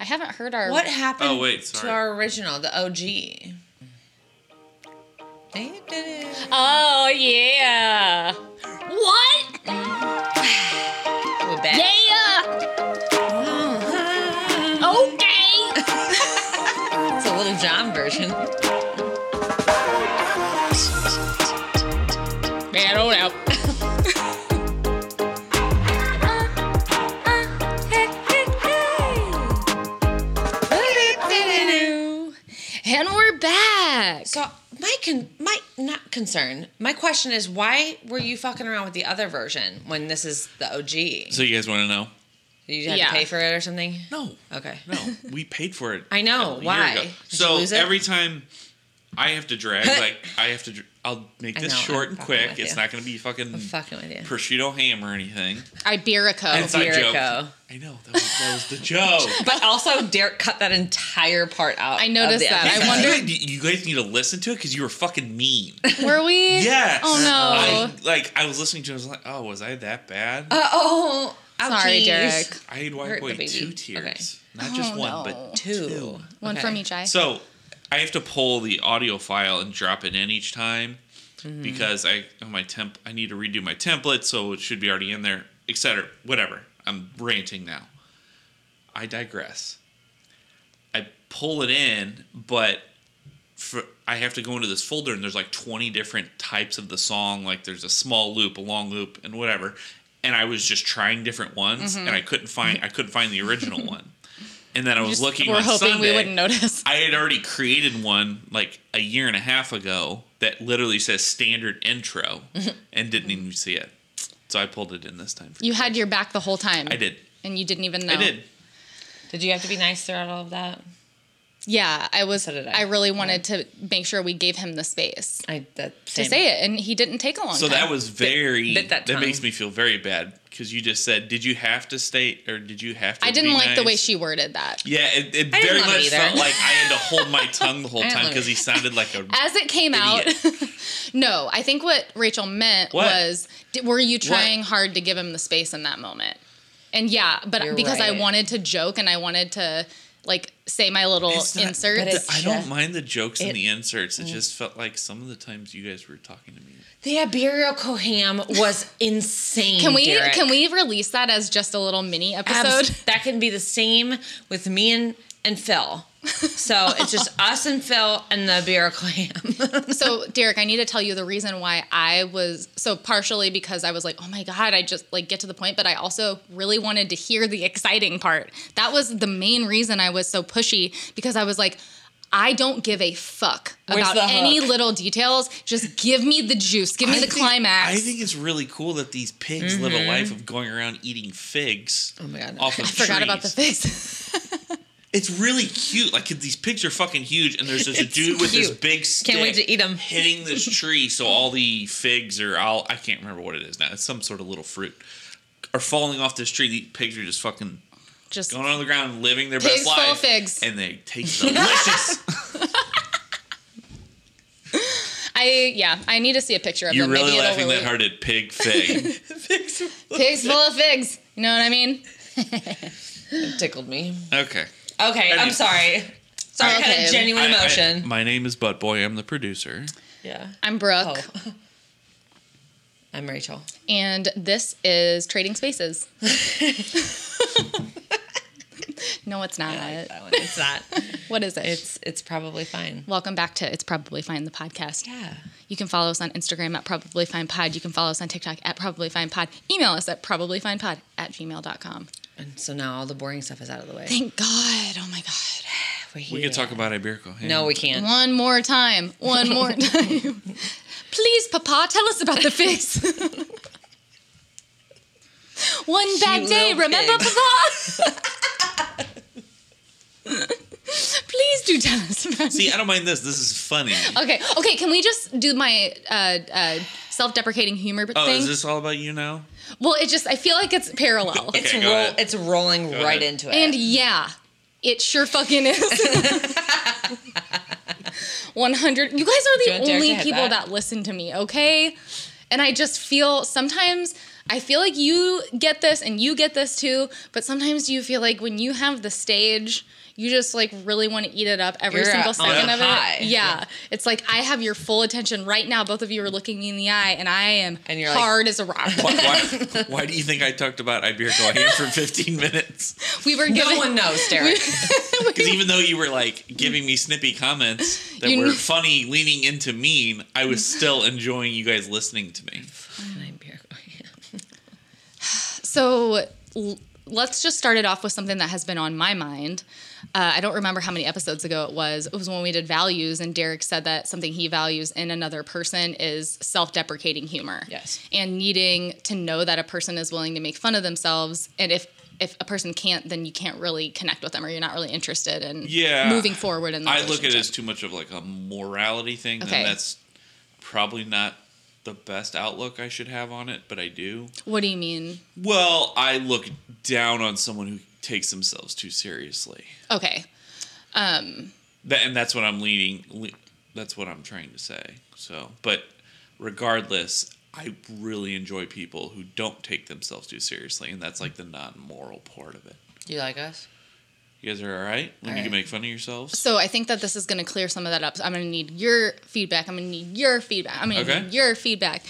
I haven't heard our. What happened Oh, wait, to sorry. our original, the OG? They did it. Oh yeah. What? We're back. Yeah. Mhm. Okay. It's a little John version. Man, on out. And we're back. So my con- my not concern. My question is why were you fucking around with the other version when this is the OG? So you guys want to know? You had Yeah. to pay for it or something? No. Okay. No, we paid for it. I know, a year why? ago. Did you So lose it? every time I have to drag, like I have to, dr- I'll make I this know, short I'm and fucking quick. with It's you. not going to be fucking Fucking with you. prosciutto ham or anything. Iberico. Inside joke. Jericho. I know that was, that was the joke. But also Derek cut that entire part out. I noticed of the that. I episode. wonder- you, you guys need to listen to it because you were fucking mean. Oh, Were we? Yes. Oh no. I, like I was listening to, it, I was like, oh, was I that bad? Uh, oh, Sorry, ouchies. Derek. I had wiped hurt the away baby. two tears, not just Oh, one, no. but Two. two. One Okay. from each eye. So I have to pull the audio file and drop it in each time Mm-hmm. because I on my temp I need to redo my template, so it should be already in there, etc. Whatever. I'm ranting now. I digress. I pull it in, but for, I have to go into this folder and there's like 20 different types of the song. Like there's a small loop, a long loop, and whatever. And I was just trying different ones, Mm-hmm. and I couldn't find I couldn't find the original one. And then I was Just- looking. We're on hoping we Sunday, wouldn't notice. I had already created one like a year and a half ago that literally says standard intro and didn't even see it. So I pulled it in this time. For You had your back the whole time. I did. And you didn't even know. I did. Did you have to be nice throughout all of that? Yeah, I was. So did I. I. really wanted to make sure we gave him the space I that to say it, and he didn't take a long So time. that was very. bit that that, makes tongue. me feel very bad because you just said, "Did you have to stay or did you have to?" I didn't be like the way nice?" she worded that. Yeah, it, it I didn't very love it much either. felt like I had to hold my tongue the whole I didn't time love because it. he sounded like a. As it came Idiot. out, no, I think what Rachel meant What? was, di- were you trying What? hard to give him the space in that moment? And yeah, but You're because right. I wanted to joke and I wanted to like say my little It's not- inserts. but it's- I Yeah. don't mind the jokes and It- mm. the inserts. It just felt like some of the times you guys were talking to me. The Iberico ham was insane. can we Derek. can we release that as just a little mini Abs- episode? that can be the same with me and and Phil. So it's just us and Phil and the Iberico ham. so derek i need to tell you the reason why i was so partially because i was like oh my god i just like get to the point but i also really wanted to hear the exciting part that was the main reason i was so pushy because i was like I don't give a fuck Where's about the any hook? little details. Just give me the juice. Give me I the think- climax. Mm-hmm. I think it's really cool that these pigs live a life of going around eating figs. my God. Off of Oh I forgot about the trees. fix. It's really cute. Like these pigs are fucking huge, and there's just a It's dude with this cute. big stick. Can't wait to eat 'em. Hitting this tree, so all the figs are all I can't remember what it is now. It's some sort of little fruit. Are falling off this tree. These pigs are just fucking Just going on the ground, living their Pigs best life. full of figs. and they taste delicious. I yeah. I need to see a picture of You're them. really Maybe it'll laughing really, that hard at pig fig. Pigs full of figs. You know what I mean? It tickled me. Okay. Okay, I'm Anyway. sorry. Sorry, I had Okay. a genuine I- I- emotion. my name is Butt Boy. I'm the producer. yeah. I'm Brooke, Oh. I'm Rachel. and this is Trading Spaces. no, it's not. I like that one. It's not. What is it? It's it's probably fine. Welcome back to It's Probably Fine, the podcast. Yeah. You can follow us on Instagram at Probably Fine Pod. You can follow us on TikTok at Probably Fine Pod. Email us at probablyfinepod at gmail.com. And so now all the boring stuff is out of the way. Thank God. Oh my God. We're We here. could talk about Iberico. Hey? No, we can't. One more time. One more time. Please, Papa, tell us about the figs. One bad Cute day, little remember, pigs. Papa? Please do tell us about See, I don't mind this. This is funny. Okay, okay. Can we just do my uh, uh, self-deprecating humor Oh, thing? is this all about you now? well, it just I feel like it's parallel, Okay, It's go roll ahead. it's rolling Go right ahead. into it. and yeah, it sure fucking is. One hundred. You guys are you want the Derek only to hit people that? that listen to me, okay? And I just feel sometimes I feel like you get this and you get this too, but sometimes you feel like when you have the stage, you just like really want to eat it up every You're single on second a of high. it. Yeah. It's like I have your full attention right now. Both of you are looking me in the eye and I am And you're like- hard as a rock. Why, why, why do you think I talked about Iberico ham for 15 minutes? we were No giving one knows, Derek. Because even though you were like giving me snippy comments that You were knew- funny, leaning into mean, I was still enjoying you guys listening to me. So l- let's just start it off with something that has been on my mind. Uh, I don't remember how many episodes ago it was. It was when we did values, and Derek said that something he values in another person is self deprecating humor. Yes. And needing to know that a person is willing to make fun of themselves. And if, if a person can't, then you can't really connect with them or you're not really interested in Yeah. moving forward in the I look at it as relationship. too much of like a morality thing, Okay. and that's probably not the best outlook I should have on it, but I do. What do you mean? Well, I look down on someone who takes themselves too seriously. Okay. That, and that's what I'm leaning. Le- that's what I'm trying to say. So, but regardless, I really enjoy people who don't take themselves too seriously, and that's like the non-moral part of it. You like us? You guys are all right when you All can right. make fun of yourselves. So I think that this is going to clear some of that up. So I'm going to need your feedback. I'm going to need your feedback. I'm going to Okay. need your feedback,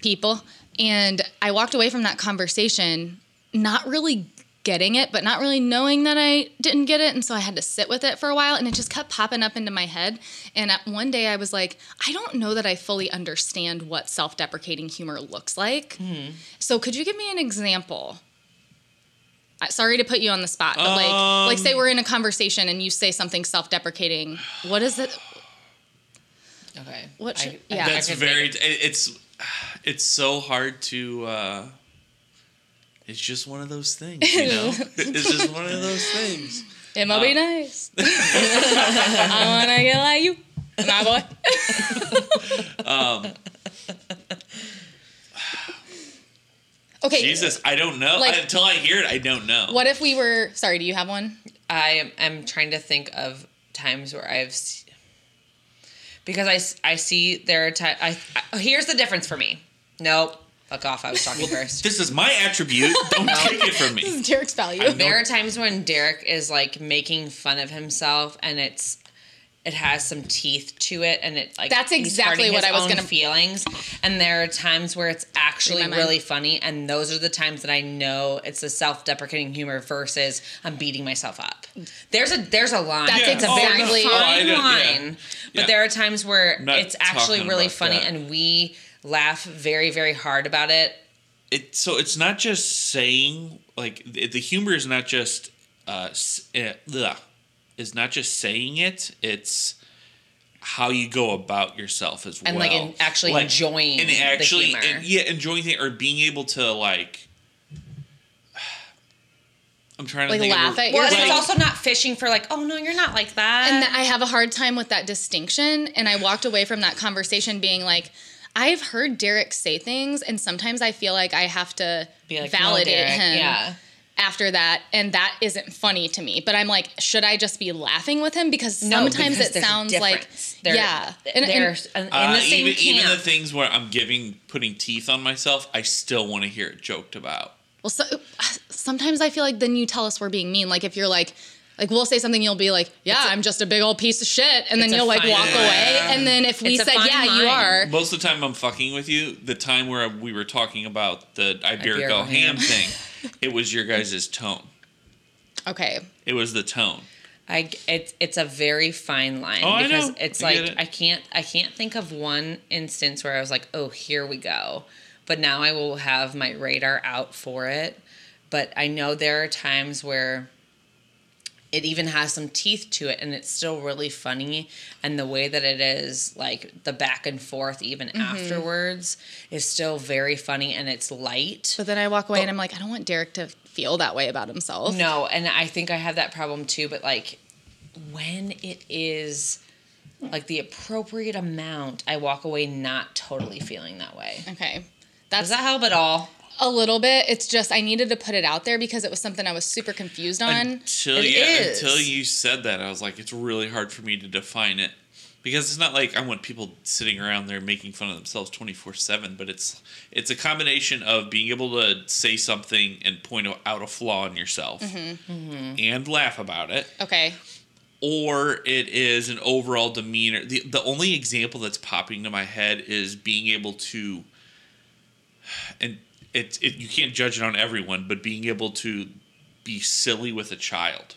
people. And I walked away from that conversation not really getting it, but not really knowing that I didn't get it. And so I had to sit with it for a while and it just kept popping up into my head. And at one day I was like, I don't know that I fully understand what self deprecating humor looks like. So could you give me an example? I- Sorry to put you on the spot, but like, like Um, say we're in a conversation and you say something self-deprecating. What is it? Okay. What I- should- I- yeah. I That's could very. think it- It's it's so hard to. uh It's just one of those things, you know. it's just one of those things. It might Uh, be nice. I wanna get like you, my boy. Um, okay. Jesus, I don't know. Like- Until I hear it, I don't know. What if we were? Sorry, do you have one? I am I'm trying to think of times where I've s- because I, s- I see there are times I, I here's the difference for me. Nope, fuck off. I was talking first. This is my attribute. Don't take it from me. Derek's value. I know- There are times when Derek is like making fun of himself, and it's it has some teeth to it, and it like That's he's exactly hurting what his I was own gonna- feelings. And there are times where it's actually Read my mind. really funny, and those are the times that I know it's the self-deprecating humor versus I'm beating myself up. There's a there's a line. That's it's a Yeah. Oh, very no. Oh, I fine did- yeah. line, but Yeah. there are times where Not it's actually talking really about funny, that. and we laugh very very hard about it. It, so it's not just saying like the, the humor is not just uh, s- eh, ugh, is not just saying it. It's how you go about yourself as And, well, like, in- actually enjoying and the actually humor. and, yeah enjoying it or being able to like. I'm trying to Like, think laugh of a- at Well, and You're it's like- also not fishing for like, oh no, you're not like that. and I have a hard time with that distinction. And I walked away from that conversation being like, I've heard Derek say things, and sometimes I feel like I have to Be like, "No, validate Derek, him yeah. after that, and that isn't funny to me. But I'm like, should I just be laughing with him? Because No, sometimes because it there's a sounds like, difference. There- yeah, and, and- there's an- in Uh, the same even, camp. even the things where I'm giving putting teeth on myself, I still want to hear it joked about. well, so, sometimes I feel like then you tell us we're being mean. Like if you're like. Like we'll say something, you'll be like, "Yeah, i I'm just a big old piece of shit," and then It's a you'll like fine walk line. away. And then if we It's a said, fine "Yeah, you line. are," Most of the time, I'm fucking with you. The time where we were talking about the Iberico Iberico ham. ham thing, it was your guys' tone. okay, It was the tone. I it's it's a very fine line Oh, I because know. it's I like get it. I can't I can't think of one instance where I was like, oh, here we go. But now I will have my radar out for it. But I know there are times where it even has some teeth to it and it's still really funny and the way that it is like the back and forth even Mm-hmm. afterwards is still very funny and it's light. But then I walk away and I'm like, I don't want Derek to feel that way about himself. No, and I think I have that problem too, but like when it is like the appropriate amount, I walk away not totally feeling that way. Okay. That's Does that help at all? a little bit. It's just I needed to put it out there because it was something I was super confused on. Until It yeah, is. until you said that, I was like, it's really hard for me to define it. because it's not like I want people sitting around there making fun of themselves 24/7 but it's it's a combination of being able to say something and point out a flaw in yourself Mm-hmm. and laugh about it Okay. or it is an overall demeanor the the only example that's popping to my head is being able to and it, it you can't judge it on everyone but being able to be silly with a child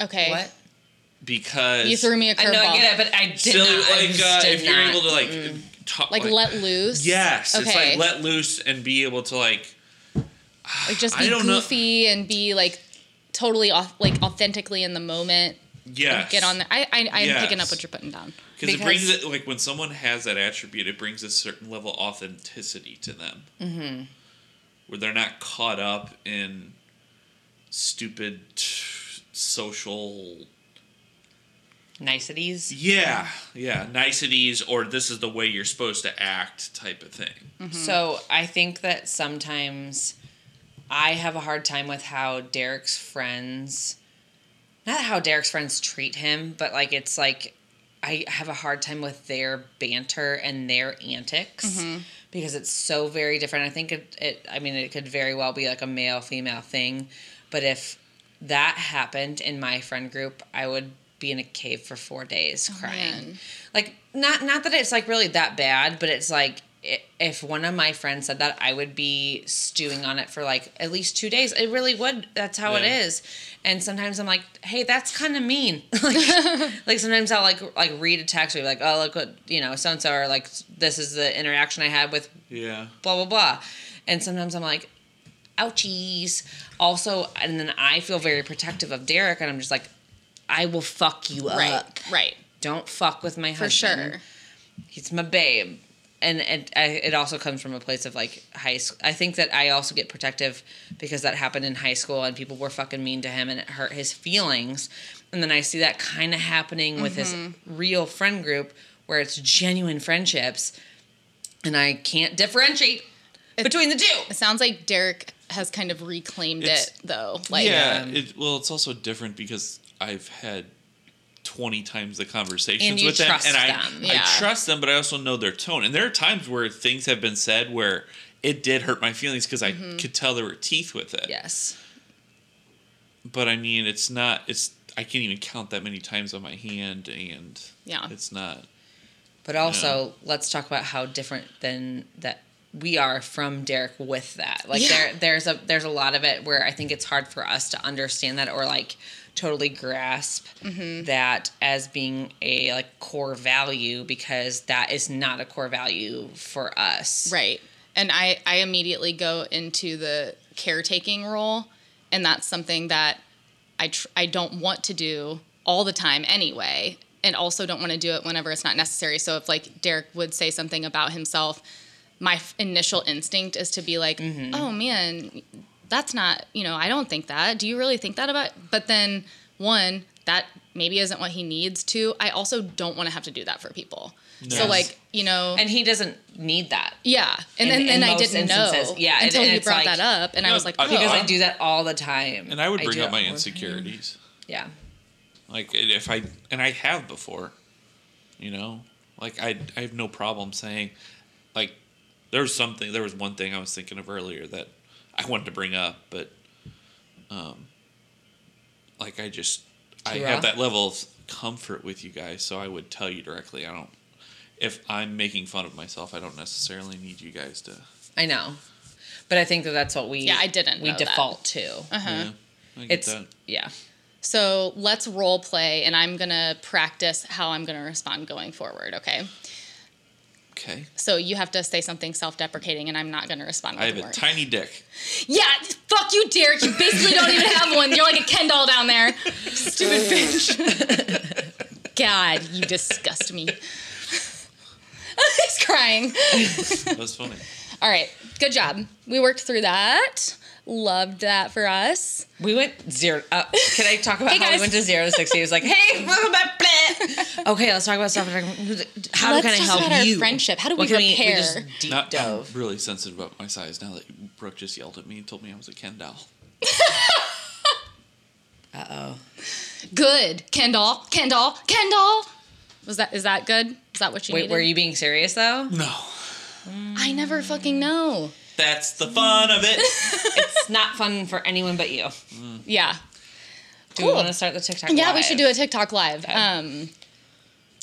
Okay. What? because You threw me a I know I curveball. get it, but I did silly not. I like uh, just did if you're not. able to like talk Mm. Like let loose. Yes, Okay. it's like let loose and be able to like. Like, just I be don't know. goofy and be like totally off, like authentically in the moment. Yes. Get on there. I I I'm Yes. picking up what you're putting down. Because it because- brings it like when someone has that attribute, it brings a certain level of authenticity to them, mm-hmm. where they're not caught up in stupid t- social. niceties. Yeah, yeah, niceties or this is the way you're supposed to act type of thing. Mm-hmm. So I think that sometimes I have a hard time with how Derek's friends, not how Derek's friends treat him, but like it's like I have a hard time with their banter and their antics because it's so very different. I think it, it, I mean, it could very well be like a male female thing, but if that happened in my friend group, I would be in a cave for four days crying man. like not not that it's like really that bad but it's like i- if one of my friends said that i would be stewing on it for like at least two days it really would that's how it Yeah. is and sometimes i'm like hey that's kind of mean like, like sometimes i'll like like read a text or be like oh look what you know so and so or like this is the interaction i had with Yeah, blah blah blah and sometimes i'm like ouchies also and then i feel very protective of derek and i'm just like i will fuck you Right. up Right. don't fuck with my For husband sure. he's my babe and it, I, it also comes from a place of like high school i think that i also get protective because that happened in high school and people were fucking mean to him and it hurt his feelings and then i see that kind of happening with his real friend group where it's genuine friendships and i can't differentiate between the two It sounds like Derek has kind of reclaimed It's- it though. Like yeah. um, it, well, it's also different because I've had twenty times the conversations And you with them, trust and I them, yeah. I trust them, but I also know their tone. And there are times where things have been said where it did hurt my feelings because I Mm-hmm. could tell there were teeth with it. yes But I mean, it's not. It's I can't even count that many times on my hand, and Yeah. it's not. but also let's talk about how different than that we are from Derek with that. Like Yeah. there there's a there's a lot of it where I think it's hard for us to understand that or like totally grasp Mm-hmm. that as being a like core value because that is not a core value for us. Right. And I, I immediately go into the caretaking role. And that's something that I, tr- I don't want to do all the time anyway. And also don't want to do it whenever it's not necessary. So if like Derek would say something about himself, my f- initial instinct is to be like, oh man, that's not, you know, I don't think that. Do you really think that about? But then one, that maybe isn't what he needs. Two, I also don't want to have to do that for people. So Yes. like, you know, And he doesn't need that. yeah, and In- then in and I most didn't know instances, yeah, and- until and you it's brought like- that up, and I No, was like, I- oh, Because I Oh. do that all the time. And I would bring do up it my all the insecurities, time. Yeah. like and if I and I have before, you know, like I I have no problem saying, like there was something there was one thing I was thinking of earlier that I wanted to bring up, but um, like I just I Too raw? have that level of comfort with you guys, so I would tell you directly. I don't. If I'm making fun of myself, I don't necessarily need you guys to. I know. But I think that that's what we Yeah, I didn't we know that. Uh-huh. default to. Yeah, I get It's that. yeah. so let's role play, and I'm gonna practice how I'm gonna respond going forward. Okay, okay. so you have to say something self-deprecating, and I'm not gonna respond. With I have a a word. tiny dick. yeah, fuck you, Derek. You basically don't even have one. You're like a Ken doll down there. Stupid Oh. bitch. God, you disgust me. He's crying. That's funny. All right, good job. We worked through that. Loved that for us. We went zero. Uh, can I talk about Hey, how guys. we went to zero to sixty? It was like, hey, welcome back. bleh. Okay, let's talk about stuff. How Let's can I talk help about our you? friendship. How do we What can we repair? just deep Not, I'm dove. really sensitive about my size now that Brooke just yelled at me and told me I was a Ken doll. Uh oh. Good. Kendall, Kendall, Kendall. Was that is that good? Is that what you Wait, needed? were you being serious though? No. I never fucking know. That's the fun of it. it's not fun for anyone but you. Yeah. Do Cool. we want to start the TikTok? Yeah, we live? should do a TikTok live. Um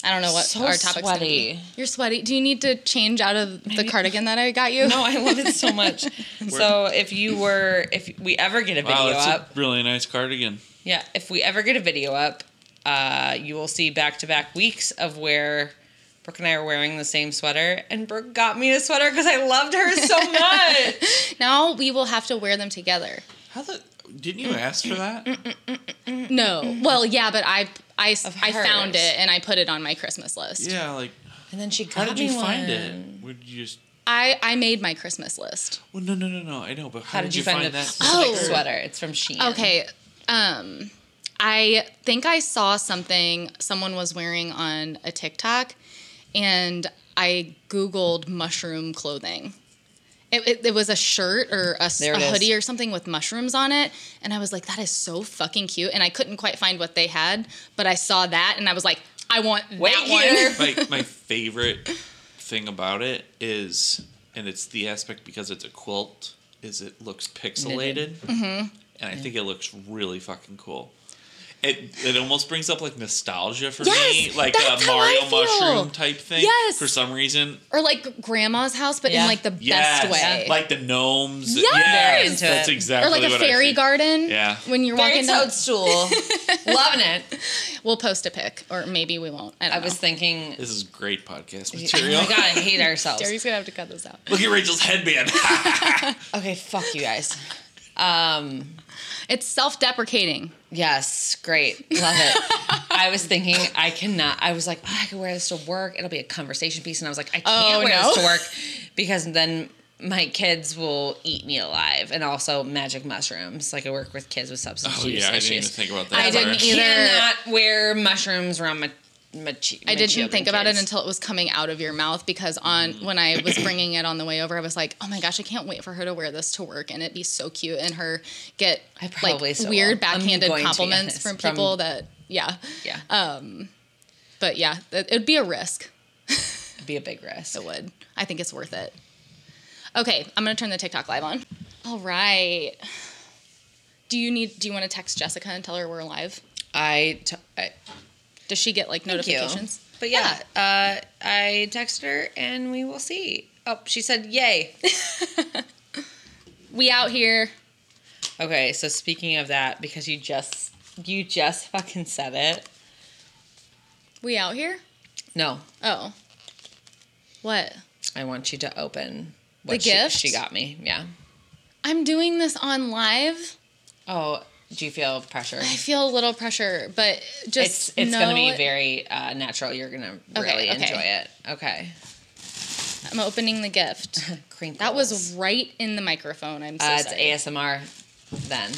I don't know what So our topic's gonna be. sweaty. You're sweaty. Do you need to change out of the cardigan that I got you? No, I love it so much. so if you were, if we ever get a video Wow, that's up, a really nice cardigan. yeah, if we ever get a video up, uh, you will see back to back weeks of where Brooke and I are wearing the same sweater, and Brooke got me a sweater because I loved her so much. Now we will have to wear them together. How the didn't you ask for that? No. Well, yeah, but I I Of I found hers. it and I put it on my Christmas list. Yeah, like and then she got how did you me find one. it? Would you just I I made my Christmas list. Well no no no no, I know, but how, How did you find, the that? specific Oh. sweater? It's from Shein. Okay. Um I think I saw something someone was wearing on a TikTok and I googled mushroom clothing. It, it, it was a shirt or a, s- There a it is. hoodie or something with mushrooms on it. And I was like, that is so fucking cute. And I couldn't quite find what they had, but I saw that and I was like, I want that Wait here. one. my my favorite thing about it is, and it's the aspect because it's a quilt, is it looks pixelated, Mm-hmm. and I think it looks really fucking cool. It it almost brings up like nostalgia for Yes, me, like that's a how I Mario feel. mushroom type thing. Yes. for some reason. Or like grandma's house, but in Yeah. like the Yes, best way. like the gnomes. Yes! They're yes into that's it. exactly. or like a what I fairy think. garden. Yeah. When you're Fairy walking down. toadstool. Loving it. We'll post a pic, or maybe we won't. I, don't I was know. thinking. This is great podcast Oh material. my god, I hate ourselves. Jerry's gonna have to cut this out. Look at Rachel's headband. Okay, fuck you guys. Um, It's self-deprecating. yes, great. Love it. I was thinking I cannot I was like, oh, I could wear this to work. It'll be a conversation piece. And I was like, I can't Oh, wear no. this to work because then my kids will eat me alive and also magic mushrooms. Like I work with kids with substance oh use yeah, I didn't issues. even think about that. I didn't part. either. cannot wear mushrooms around my my, chi- my I didn't children think about kids. it Mm. until it was coming out of your mouth because on when I was bringing it on the way over, I was like, "Oh my gosh, I can't wait for her to wear this to work and it'd be so cute." And her get I like probably so weird will. I'm backhanded going to be compliments honest, from from- people that yeah. Yeah. Oh. But yeah, it would be a risk. it'd be a big risk. It would. I think it's worth it. Okay, I'm gonna turn the TikTok live on. All right. Do you need? Do you want to text Jessica and tell her we're live? I t- I Does she get like Thank you. notifications? But yeah, Uh, I texted her and we will see. Oh, she said yay. We out here. okay, so speaking of that, because you just you just fucking said it. We out here. No, Oh. What? I want you to open what The she, gift? she got me. Yeah. I'm doing this on live. Oh, do you feel pressure? I feel a little pressure, but just It's it's know gonna be it- very uh, natural. You're gonna really Okay, okay. enjoy it. Okay. I'm opening the gift. Crinkles. That was right in the microphone. I'm so uh, it's sorry. ASMR. Then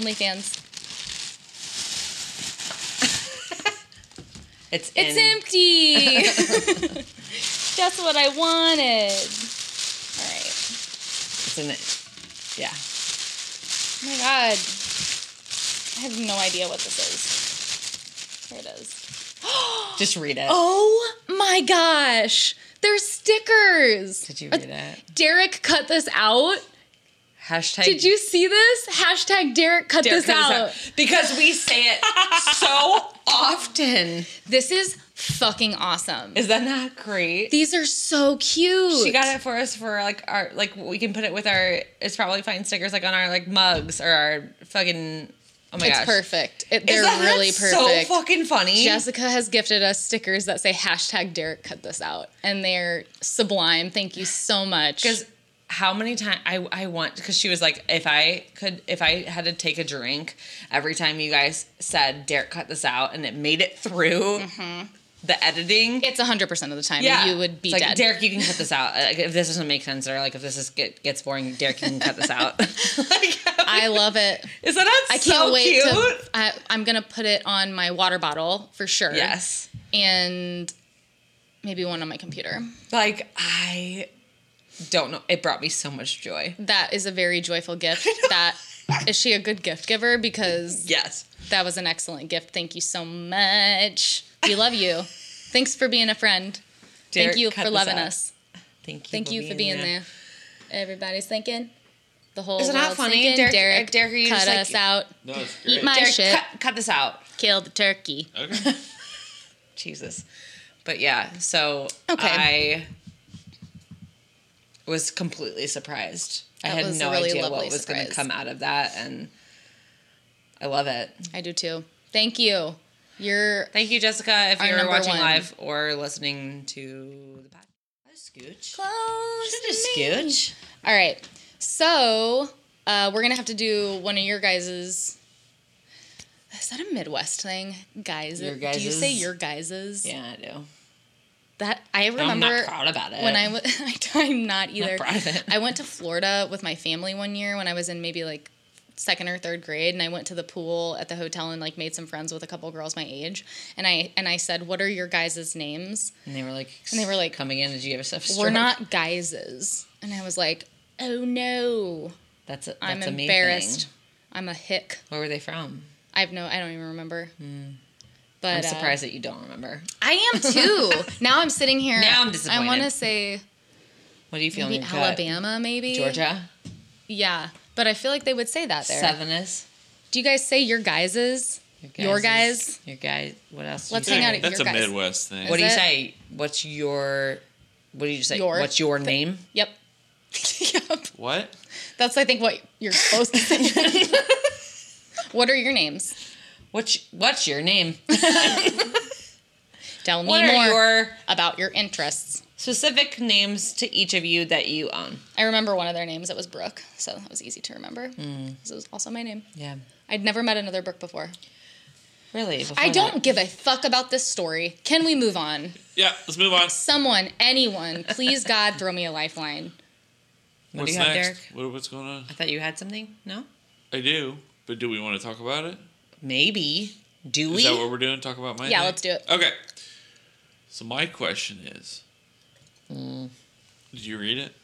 OnlyFans. it's It's in. empty. Just what I wanted. All right. It's in it. Yeah. Oh my god. I have no idea what this is. Here it is. Just read it. Oh my gosh. They're stickers. Did you Uh, read it? Derek cut this out. Hashtag. Did you see this? Hashtag Derek cut Derek this cut out. because we say it so often. This is fucking awesome. Is that not great? These are so cute. She got it for us for like our like we can put it with our it's probably fine stickers like on our like mugs or our fucking oh my It's gosh perfect. It, Is they're that not really perfect. so fucking funny Jessica has gifted us stickers that say hashtag Derek cut this out, and they're sublime. Thank you so much. because how many times I I want because she was like if I could if I had to take a drink every time you guys said Derek cut this out and it made it through the editing it's 100% of the time Mm-hmm. you would be It's like, dead. Derek, you can cut this out. Uh, Like, if this doesn't make sense, or like if this is get, gets boring, Derek, you can cut this out. like, I love it. is that not I can't so wait cute? to. I, I'm gonna put it on my water bottle for sure. yes. and maybe one on my computer. Like I don't know. It brought me so much joy. That is a very joyful gift. That is she a good gift giver? Because Yes. that was an excellent gift. Thank you so much. We love you. Thanks for being a friend. Derek, Thank you cut for this loving out. us. Thank you. Thank you for being there. Everybody's thinking. The whole Is it not world's funny? thinking. Derek- Derek, Derek, are you cut just like- us out. No, it's great. Eat my Derek, shit. Cut, cut this out. Kill the turkey. okay. Jesus. But yeah, so Okay. I was completely surprised. That I had was a no really idea lovely what was going to surprise. come out of that, and I love it. I do too. Thank you. You're Thank you, Jessica, if Our you're number watching one. live or listening to the podcast. Scooch. close. Just to me. scooch. All right. So uh, we're gonna have to do one of your guys's. Is that a Midwest thing? Guys, Your do you say guys's? your guys's? Yeah, I do. That I But I'm remember. not proud about it. when I was, I'm not either. proud of it. I went to Florida with my family one year when I was in maybe like second or third grade, and I went to the pool at the hotel and like made some friends with a couple girls my age, and I and I said, "What are your guys' names?" and they were like, And they were like, coming in. Did you ever stuff? We're not guyses, and I was like, "Oh no, That's a, that's I'm a me embarrassed. thing. I'm a hick. Where were they from? I have no, I don't even remember." But Hmm. I'm uh, surprised that you don't remember. I am too. now I'm sitting here. Now I'm I want to disappointed. say What do you feel? in maybe your gut? Alabama, maybe Georgia, Yeah, but I feel like they would say that there. Southerners. Do you guys say your guys's? Your guys? Your guys. What else? do Let's you hang say? out at That's your a guys. Midwest thing. What do you Is it- say? What's your? What do you say? Your- What's your name? Yep. yep. What? That's I think what you're supposed to say. what are your names? What's What's your name? Tell me What are more your about your interests. specific names to each of you that you own? I remember one of their names. It was Brooke, so that was easy to remember. Hmm. This was also my name. Yeah. I'd never met another Brooke before. Really? I before don't that- give a fuck about this story. Can we move on? Yeah, let's move on. Someone, anyone, please God, throw me a lifeline. What do What's you have, next? Derek? What, what's going on? I thought you had something. No. I do, but do we want to talk about it? Maybe. Do Is we? that what we're doing? Talk about my Yeah, thing? let's do it. Okay. So my question is, Mm. did you read it?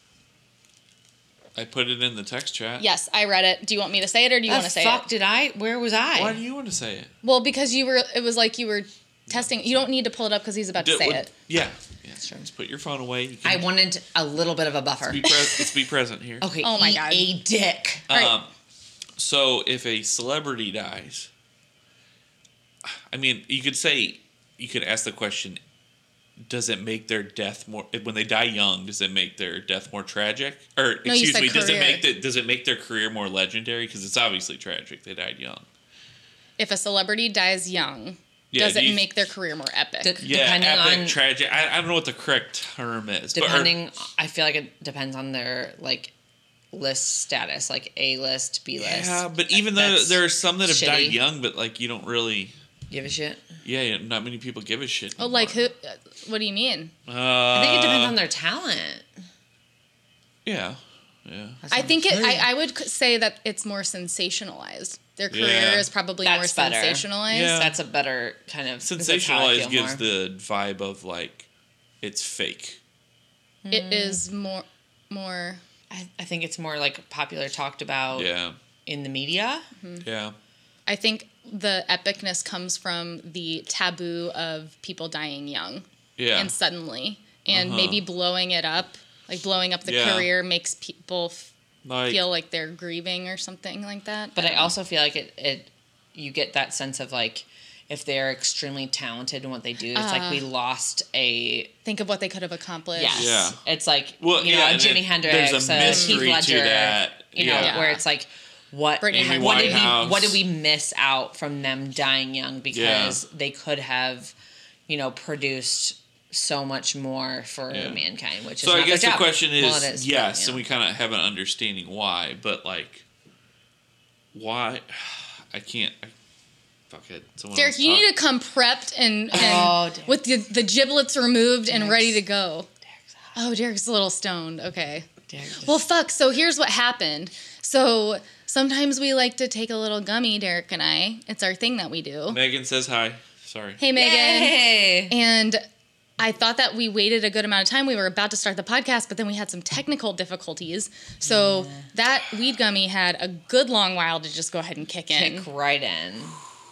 I put it in the text chat. Yes, I read it. Do you want me to say it or do you The want to say it? Ah, fuck did I? Where was I? Why do you want to say it? Well, because you were, it was like you were testing. You don't need to pull it up because he's about to Do- say would- it. Yeah. yeah. Let's put your phone away. You I can wanted a little bit of a buffer. be pre- let's be present here. Okay. Oh my eat God. A dick. All right. Um, so if a celebrity dies, I mean, you could say, you could ask the question, does it make their death more when they die young? Does it make their death more tragic? Or you excuse said me, does it career. make the, does it make their career more legendary? Because it's obviously tragic they died young. If a celebrity dies young, Yeah, does it do you- make their career more epic? De- Yeah, depending epic, on tragic. I, I don't know what the correct term is. but- or- depending i feel like it depends on their like list status like a list b list yeah, but even though That's there are some that have died shitty. young, but like you don't really. give a shit Yeah, yeah, not many people give a shit. oh, like who? uh, What do you mean? Uh, i think it depends on their talent Yeah, yeah. That's I what think I'm it, saying. I, I would c- say that it's more sensationalized. Their career Yeah. is probably That's more better. sensationalized. Yeah. that's a better kind of that's how I feel sensationalized gives more. the vibe of like it's fake. It is more, more. I, I think it's more like popular talked about Yeah, in the media Mm-hmm. yeah, I think the epicness comes from the taboo of people dying young. yeah. and suddenly and Uh-huh. maybe blowing it up like blowing up the Yeah. career makes people f- like, feel like they're grieving or something like that but i also feel like it, it you get that sense of like if they're extremely talented in what they do it's like Uh. we lost a think of what they could have accomplished Yes. Yeah. It's like Well, you know, yeah, a and Jimi it- Hendrix, there's a a Heath mystery to Ledger, that. you know, Yeah. where it's like what Brittany Amy what did Winehouse. we what did we miss out from them dying young because they could have, you know, produced so much more for Yeah. mankind, which is so I not guess their the job. question is, Well, it but, yes, yeah. and we kind of have an understanding why, but like, why? I can't. I, fuck it. Someone derek else you need talk. to come prepped and, and Oh, Derek. with the, the giblets removed and Derek's- ready to go oh derek's a little stoned okay Derek, well fuck so here's what happened so sometimes we like to take a little gummy derek and i it's our thing that we do Megan says hi. Sorry. hey megan Yay! And I thought that we waited a good amount of time. We were about to start the podcast, but then we had some technical difficulties. So that weed gummy had a good long while to just go ahead and kick in. Kick right in.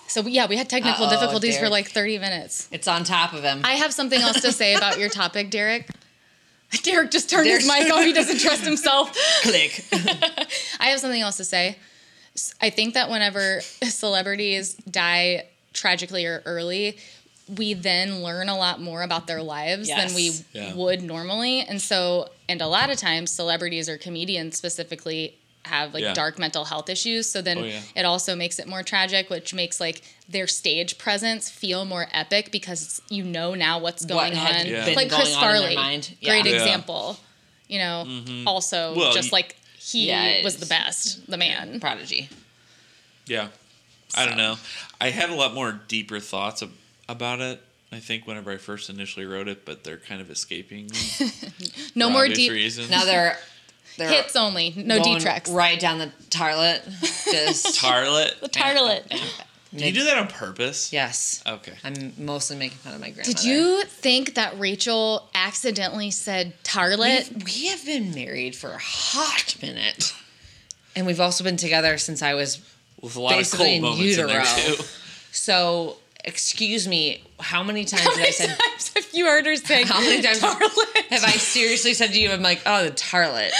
So yeah, we had technical Uh-oh, difficulties for Derek. like 30 minutes. It's on top of him. I have something else to say about your topic, Derek. Derek just turned his Derek- mic off. He doesn't trust himself. Click. I have something else to say. S- I think that whenever celebrities die tragically or early, we then learn a lot more about their lives than we Yes. Yeah. would normally. And so, and a lot of times, celebrities or comedians specifically have like Yeah. dark mental health issues. So then Oh, yeah. it also makes it more tragic, which makes like their stage presence feel more epic because you know now what's What going had on. Yeah. been Like Chris going on in their Farley, mind. great Yeah. Yeah. Mm-hmm. example. You know, also Well, just y- like he Yeah, was it's- the best, the man. Prodigy. Yeah. I So. don't know. I had a lot more deeper thoughts ab- about it. I think whenever I first initially wrote it, but they're kind of escaping me No for more obvious deep reasons. Now they're, they're hits only, no going deep tracks. Right down the tarlet. Just Tarlet. Tartlet. Do you do that on purpose? Yes. Okay. I'm mostly making fun of my grandmother. Did you think that Rachel accidentally said tartlet? We have been married for a hot minute. And we've also been together since I was. With a lot of Basically cold in moments in there utero. too. So, excuse me, how many times How did I many said. times have you heard her say How many times tartlet? Have I seriously said to you, I'm like, oh, the tarlet.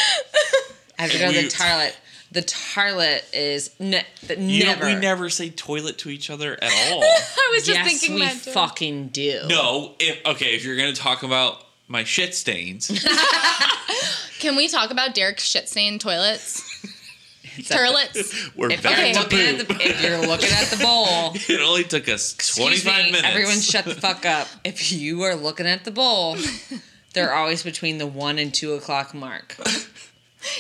I have to go to the We- tarlet. The tarlet is ne- but You know, never. we never say toilet to each other at all. I was just yes, thinking we that. too. fucking do. no. If okay, if you're gonna talk about my shit stains, Can we talk about Derek's shit stain toilets? It's at the- Toilets. we're If back Okay. you're, to looking at poop. the, if you're looking at the bowl, It only took us excuse 25 me, minutes. Everyone shut the fuck up. If you are looking at the bowl, they're always between the one and two o'clock mark.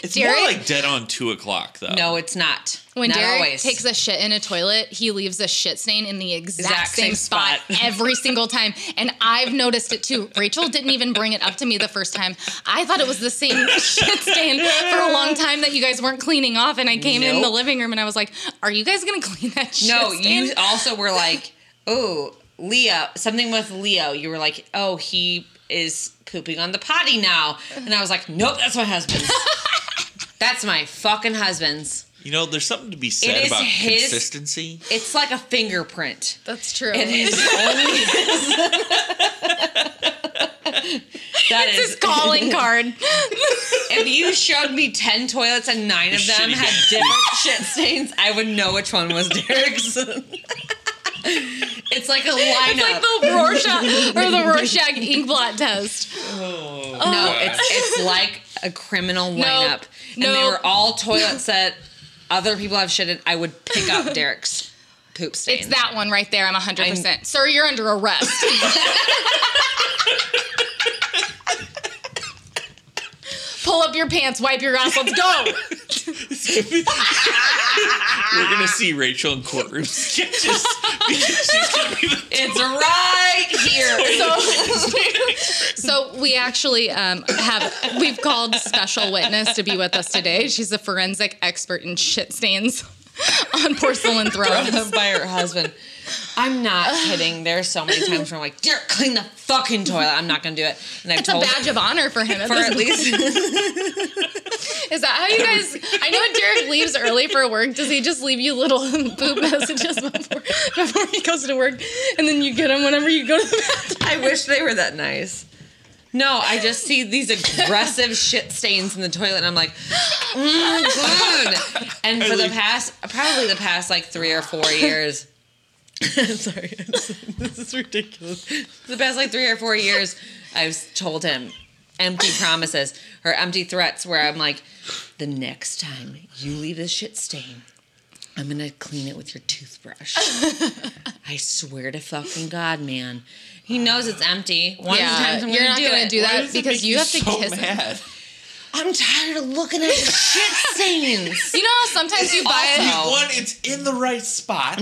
It's Derek- more like dead on two o'clock though. No, it's not. When not Derek always. takes a shit in a toilet, he leaves a shit stain in the exact, Exact same, same spot, spot. every single time. And I've noticed it too. Rachel didn't even bring it up to me the first time. I thought it was the same shit stain for a long time that you guys weren't cleaning off. And I came in the Nope. living room and I was like, Are you guys going to clean that shit no, stain? you also were like, oh, Leo, something with Leo. You were like, oh, he is pooping on the potty now, and I was like, nope, that's my husband's. that's my fucking husband's. You know, there's something to be said is about his- consistency. It's like a fingerprint. That's true. It is only. That It's is his calling card. If you showed me ten toilets and nine of them Shitty had guy. different shit stains, I would know which one was Derek's. it's like a It's like lineup. the Rorschach or the Rorschach inkblot test. Oh, no, it's it's like a criminal lineup, and they no. were all toilets that other people have shit in. I would pick up Derek's poop stain. It's that one right there. I'm 100%. Sir, you're under arrest. Pull up your pants, wipe your ass, let's go. We're gonna see Rachel in courtroom sketches because she's gonna be the It's right here. So we actually um, have we've called special witness to be with us today. She's a forensic expert in shit stains on porcelain thrones. by her husband. I'm not kidding. There's so many times where I'm like, Derek, clean the fucking toilet. I'm not gonna do it. And I've It's a told badge of honor for him. at for this at least Is that how you guys? I know Derek leaves early for work. Does he just leave you little poop messages before, before he goes to work, and then you get him whenever you go to the bathroom? I wish they were that nice. No, I just see these aggressive shit stains in the toilet, and I'm like, mm, good. And for the past, probably the past like three or four years, sorry, this is ridiculous. The past like three or four years, I've told him empty promises or empty threats where I'm like, the next time you leave this shit stain, I'm gonna clean it with your toothbrush. I swear to fucking God, man. He knows it's empty. One of the times I'm you're gonna not do gonna it. do Why that does it because make you, have to so kiss him. mad? I'm tired of looking at the shit stains. You know how sometimes you buy it. Also- One, it's in the right spot.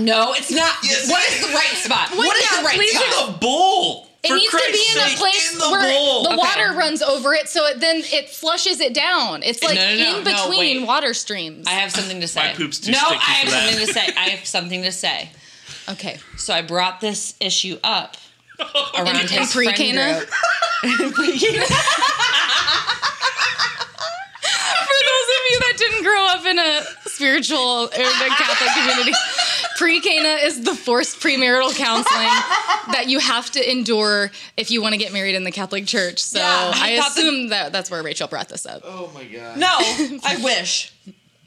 No, it's not. Yes. What is the right spot? what is yeah, the right please- spot? It's in a bowl. It needs to be in a place in the where bowl. the Okay. water runs over it, so it then it flushes it down. It's like no, no, in no, between wait. water streams. I have something to say. My poop's too no, sticky I for have that. something to say. I have something to say. okay, So I brought this issue up around In- in his friend pre-Cana? group. for those of you that didn't grow up in a spiritual or in a Catholic community, pre Pre-cana is the forced premarital counseling that you have to endure if you want to get married in the Catholic Church. So Yeah, I I, thought that- assume that that's where Rachel brought this up. Oh my god. No, I wish.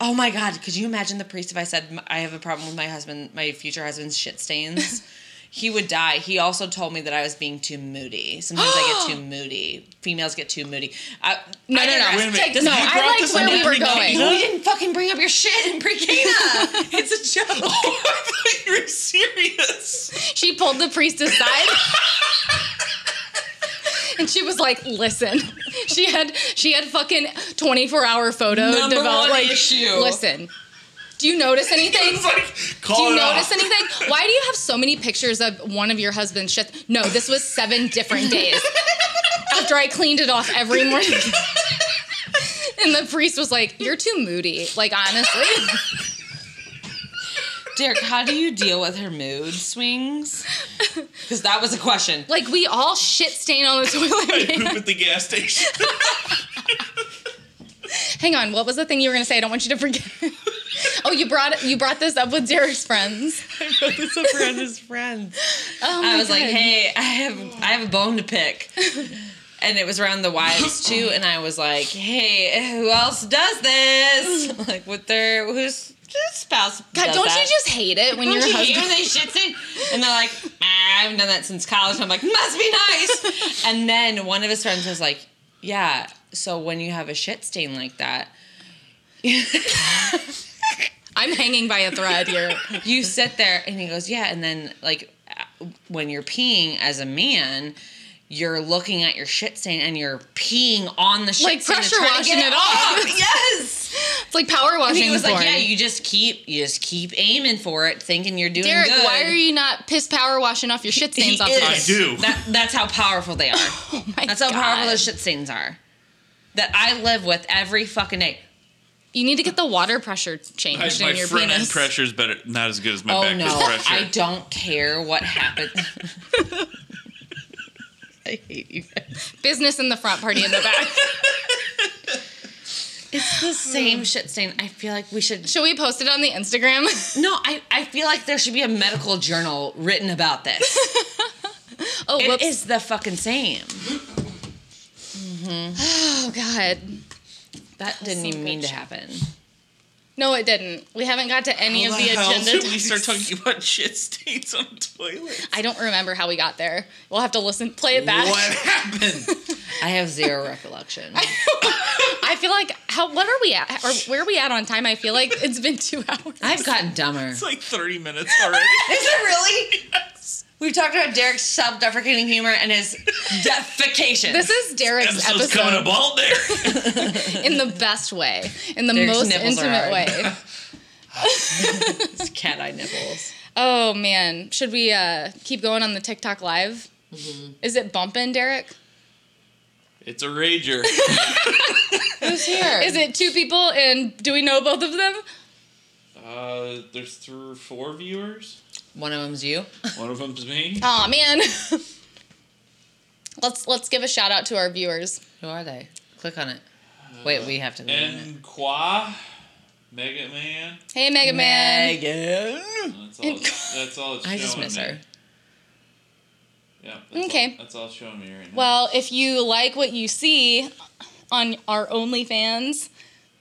Oh my God, could you imagine the priest if I said "M- I have a problem with my husband, my future husband's shit stains? he would die. He also told me that I was being too moody. Sometimes I get too moody. Females get too moody. I, No, I no, no. digress. Wait a minute. Take this- no, you I brought liked this where up we in were pre-Cana? going. You didn't fucking bring up your shit in pre-Cana. it's a joke. I thought you were serious. She pulled the priest aside. And she was like, "Listen, she had she had fucking twenty four hour photo Number developed. one like, issue. Listen, do you notice anything? It's like, call Do you it notice off. anything? Why do you have so many pictures of one of your husband's shit? No, this was seven different days. After I cleaned it off every morning. And the priest was like, You're too moody. Like, honestly. Derek, how do you deal with her mood swings? Because that was a question. Like, we all shit stain on the toilet. I poop at the gas station. Hang on, what was the thing you were gonna say? I don't want you to forget. oh, you brought you brought this up with Derek's friends. It's a friend his friend. Oh my I was like, God. hey, I have I have a bone to pick. And it was around the wives too, and I was like, "Hey, who else does this? Like with their whose whose spouse?" God, does don't that? you just hate it when Don't your you hate husband? when they shits in? And they're like, "Ah, I haven't done that since college. And I'm like, must be nice. and then one of his friends was like, yeah. So when you have a shit stain like that, I'm hanging by a thread here. you sit there and he goes yeah and then like uh, when you're peeing as a man you're looking at your shit stain and you're peeing on the shit Like stain to pressure try to washing get it off. yes It's like power and washing. he was porn. like yeah you just keep you just keep aiming for it thinking you're doing Derek, good why are you not piss power washing off your shit He stains off? is. the- I do. That, that's how powerful they are. my that's how powerful God. those shit stains are. That I live with every fucking day. You need to get the water pressure My, changed my in your front penis. end pressure is better, not as good as my Oh back no, end pressure. I don't care what happens. I hate you guys. Business in the front, party in the back. It's the same shit stain. I feel like we should. Should we post it on the Instagram? No, I, I feel like there should be a medical journal written about this. Oh, It whoops. is the fucking same. Oh God. That didn't even mean to happen. No, it didn't. We haven't got to any How of the, hell agenda. did we topics. start talking about shit stains on toilets? I don't remember how we got there. We'll have to listen, play it back. What happened? I have zero recollection. I feel like how what are we at or where are we at on time? I feel like it's been two hours. I've gotten dumber. It's like 30 minutes already. Is it really? We've talked about Derek's self-deprecating humor and his defecation. This is Derek's Episode's episode coming up all there. in the best way, in the Derek's most nipples are intimate hard. way. is cat eye nipples. Oh man, should we uh, keep going on the TikTok live? Mm-hmm. Is it bumping, Derek? It's a rager. Who's here? Is it two people and do we know both of them? Uh, there's three, four viewers. One of them's you. One of them's me. Oh man. let's let's give a shout out to our viewers. Who are they? Click on it. Wait, we have to. And Qua, Mega Man. Hey Mega Man. Megan. That's all. That's all it's I showing just miss me. her. Yeah. that's Okay. all- that's all it's showing me right now. Well, if you like what you see on our OnlyFans,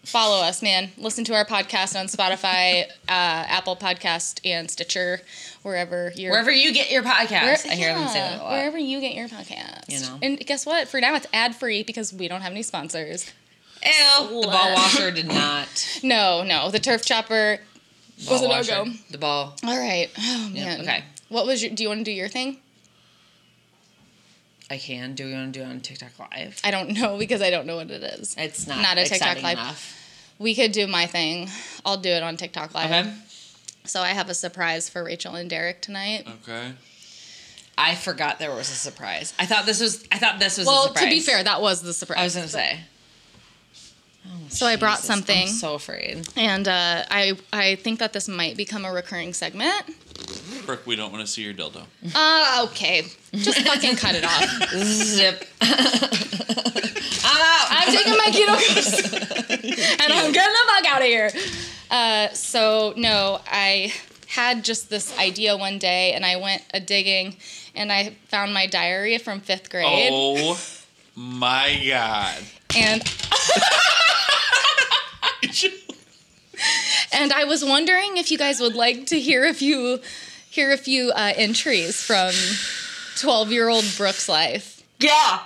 follow us, man. Listen to our podcast on Spotify, uh, Apple Podcast, and Stitcher, wherever you're. Wherever you get your podcast, where- I hear them say that a yeah, lot. Wherever you get your podcast. You know. And guess what? For now, it's ad free because we don't have any sponsors. Ew, the ball washer did not. No, no. The Turf Chopper was Ball a no washer. go. The ball. All right. Oh, man. okay. What was your. Do you want to do your thing? I can. Do we want to do it on TikTok Live? I don't know because I don't know what it is. It's not Not a TikTok exciting Live. Enough. We could do my thing. I'll do it on TikTok Live. Okay. So I have a surprise for Rachel and Derek tonight. okay. I forgot there was a surprise. I thought this was. I thought this was. a Well, surprise. to be fair, that was the surprise. I was gonna say. Oh, so I brought Jesus, I'm something, so afraid. and uh, I I think that this might become a recurring segment. Brooke, we don't want to see your dildo. Uh, okay, just fucking cut it off. Zip. I'm out. I'm taking my keto cups, and I'm getting the fuck out of here. Uh, so no, I had just this idea one day and I went a digging and I found my diary from fifth grade. Oh my god. And and I was wondering if you guys would like to hear a few hear a few uh, entries from 12 year old Brooke's life. Yeah.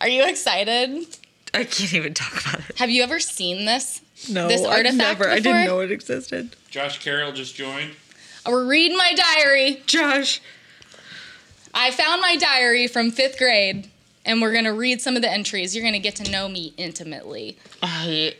Are you excited? I can't even talk about it. Have you ever seen this? No, This I've artifact never. I before? didn't know it existed. Josh Carroll just joined. Or read Uh, my diary. Josh, I found my diary from fifth grade, and we're gonna read some of the entries. You're gonna get to know me intimately. I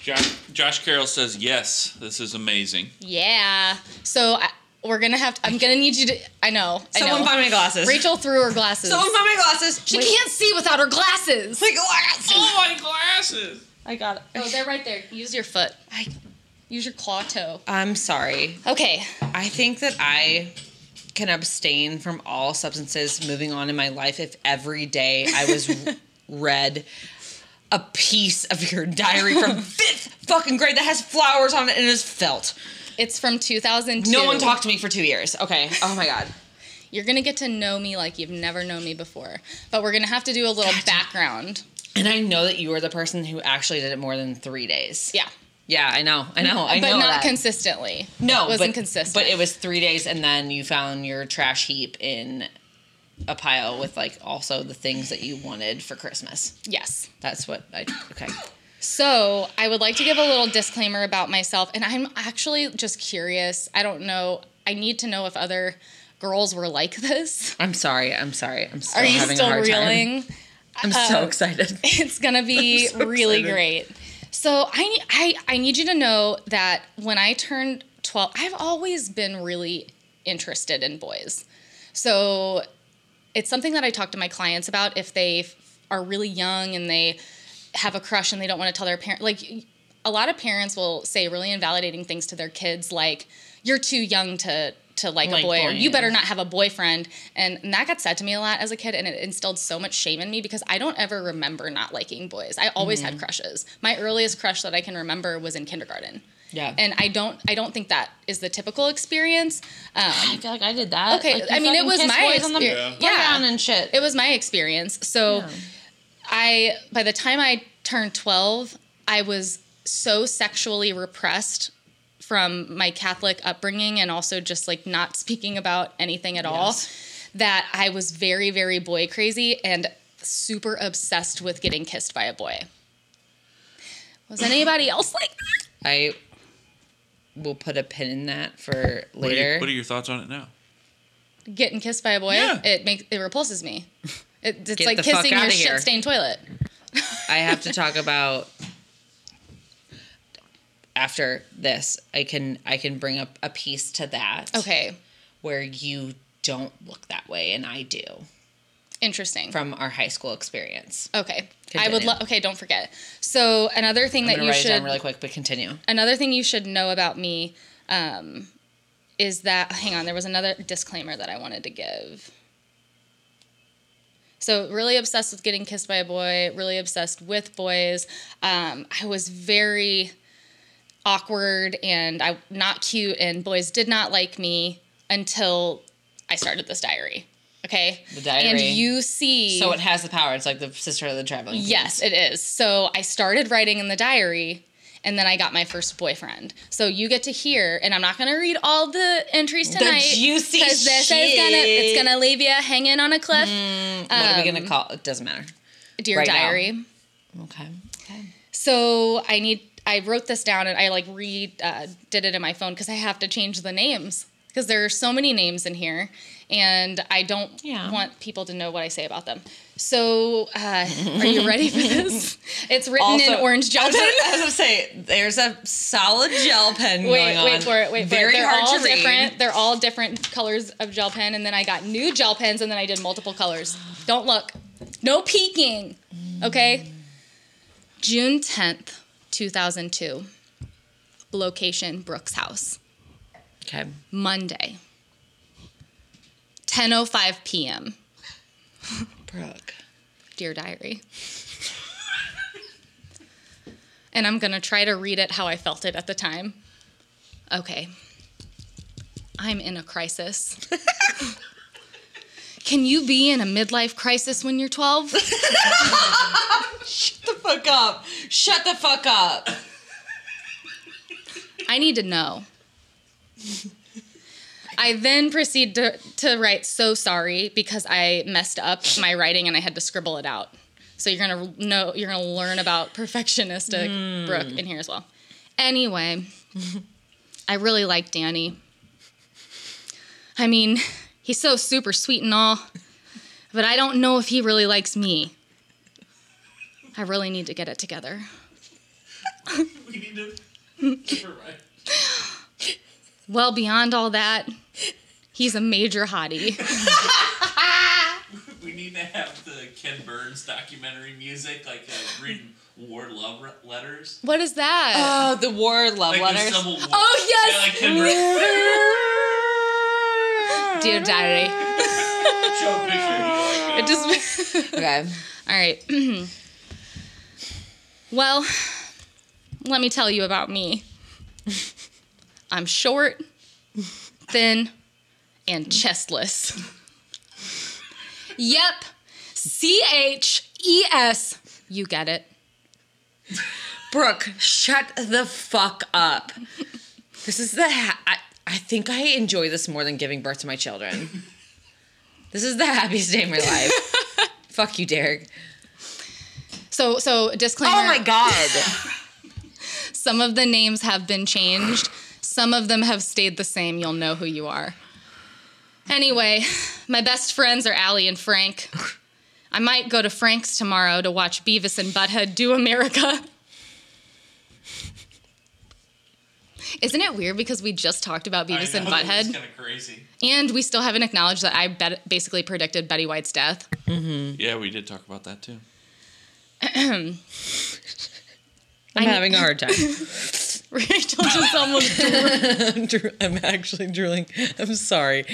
Josh, Josh Carroll says, Yes, this is amazing. Yeah. So I, we're gonna have. To, I'm gonna need you to. I know. I Someone know. find my glasses. Rachel threw her glasses. Someone find my glasses. she can't see without her glasses. My glasses. Oh, my glasses. I got it. Oh, they're right there. Use your foot. I, Use your claw toe. I'm sorry. Okay. I think that I can abstain from all substances moving on in my life if every day I was read a piece of your diary from fifth fucking grade that has flowers on it and is felt. It's from 2002. No one talked to me for two years. Okay. Oh my god. You're gonna get to know me like you've never known me before. But we're gonna have to do a little background. And I know that you were the person who actually did it more than three days. Yeah. Yeah, I know. I know. I but know not that. consistently. no, it wasn't but, consistent. But it was three days, and then you found your trash heap in a pile with like also the things that you wanted for Christmas. yes. That's what I okay. So I would like to give a little disclaimer about myself, and I'm actually just curious. I don't know. I need to know if other girls were like this. I'm sorry. I'm sorry. I'm still Are you having a still hard time. reeling? Uh, I'm so excited. It's gonna be really excited. great. So I, ne- I I need you to know that when I turned 12, I've always been really interested in boys. So it's something that I talk to my clients about if they f- are really young and they have a crush and they don't want to tell their parent. Like y- a lot of parents will say really invalidating things to their kids, like "You're too young to to like, Like a boy," or "You boys. better not have a boyfriend." And, and that got said to me a lot as a kid, and it instilled so much shame in me because I don't ever remember not liking boys. I always had crushes. My earliest crush that I can remember was in kindergarten. Yeah. And I don't, I don't think that is the typical experience. I feel like I did that. Okay, Like, I you mean, it fucking was kiss my boys on the experience. Yeah. playground and shit. it was my experience. So I by the time I turned 12, I was so sexually repressed from my Catholic upbringing and also just like not speaking about anything at all Yes. that I was very very boy crazy and super obsessed with getting kissed by a boy. Was anybody else like that? I will put a pin in that for later. What are, you- what are your thoughts on it now? getting kissed by a boy? Yeah. It makes it repulses me. It, it's Get like the fuck kissing your outta here. shit-stained toilet. I have to talk about after this. I can I can bring up a piece to that. Okay. Where you don't look that way and I do Interesting. from our high school experience. Okay. I would Continue. love. Okay, don't forget. So another thing I'm that gonna you write it should down really quick, but continue. another thing you should know about me um, is that hang on, there was another disclaimer that I wanted to give. So really obsessed with getting kissed by a boy, really obsessed with boys. Um, I was very awkward and I not cute, and boys did not like me until I started this diary. Okay, The diary. and you see So it has the power. It's like the sister of the traveling. Pants. Yes, it is. So I started writing in the diary and then I got my first boyfriend. So you get to hear, and I'm not gonna read all the entries tonight. juicy this is gonna it's shit. gonna leave you hanging on a cliff. What are we um, gonna call? It doesn't matter. Dear right now. diary. Okay. Okay. So I need I wrote this down and I like re uh, did it in my phone because I have to change the names because there are so many names in here and I don't Yeah. want people to know what I say about them. So uh, are you ready for this? It's written in orange gel I was, pen. I was gonna say there's a solid gel pen Wait, going on. wait for it. Wait for Very it. They're hard all to different. read. They're all different colors of gel pen, and then I got new gel pens, and then I did multiple colors. Don't look. No peeking. Okay. June tenth, two thousand two. Location: Brooks House. Okay. Monday. 10:05 p.m. Brooke. Dear diary. And I'm going to try to read it how I felt it at the time. okay, I'm in a crisis. Can you be in a midlife crisis when you're 12? Shut the fuck up. Shut the fuck up. I need to know. I then proceed to, to write so sorry because I messed up my writing and I had to scribble it out. So you're gonna know you're gonna learn about perfectionistic Brooke in here as well. Anyway, I really like Danny. I mean, he's so super sweet and all, but I don't know if he really likes me. I really need to get it together. We need to. Never mind. Well, beyond all that, he's a major hottie. We need to have the Ken Burns documentary music, like uh, read war love re- letters. What is that? Oh, the war love Like the letters. Civil War. Oh, yes! Yeah, like Ken Burns. Dear diary. Show a picture. It just okay. All right. well, let me tell you about me. I'm short, thin, and chestless. Yep. C H E S. You get it. Brooke, shut the fuck up. This is the. Ha- I, I think I enjoy this more than giving birth to my children. This is the happiest day of my life. fuck you, Derek. So, so disclaimer. Oh my god. Some of the names have been changed. Some of them have stayed the same. You'll know who you are. Anyway, my best friends are Allie and Frank. I might go to Frank's tomorrow to watch Beavis and Butthead do America. Isn't it weird because we just talked about Beavis and Butthead? kind of crazy. and we still haven't acknowledged that I bet- basically predicted Betty White's death. Yeah, we did talk about that too. I'm having a hard time. Rachel just almost I'm, dro- I'm actually drooling. I'm sorry.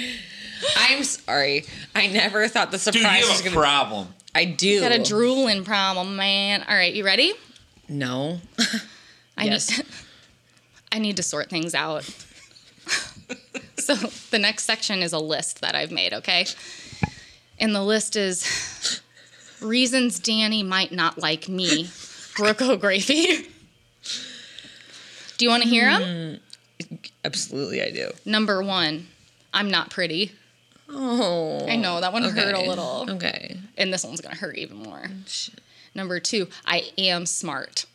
I'm sorry. I never thought the Dude, surprise you was have a gonna. problem. I do. got a drooling problem, man. All right, you ready? no. I Yes. need I need to sort things out. so the next section is a list that I've made, okay? And the list is reasons Danny might not like me, Brooke O'Grady. Do you want to hear them? Hmm. Absolutely, I do. Number one, I'm not pretty. Oh. I know that one hurt a okay. little, Okay. and this one's gonna hurt even more. Number two, I am smart.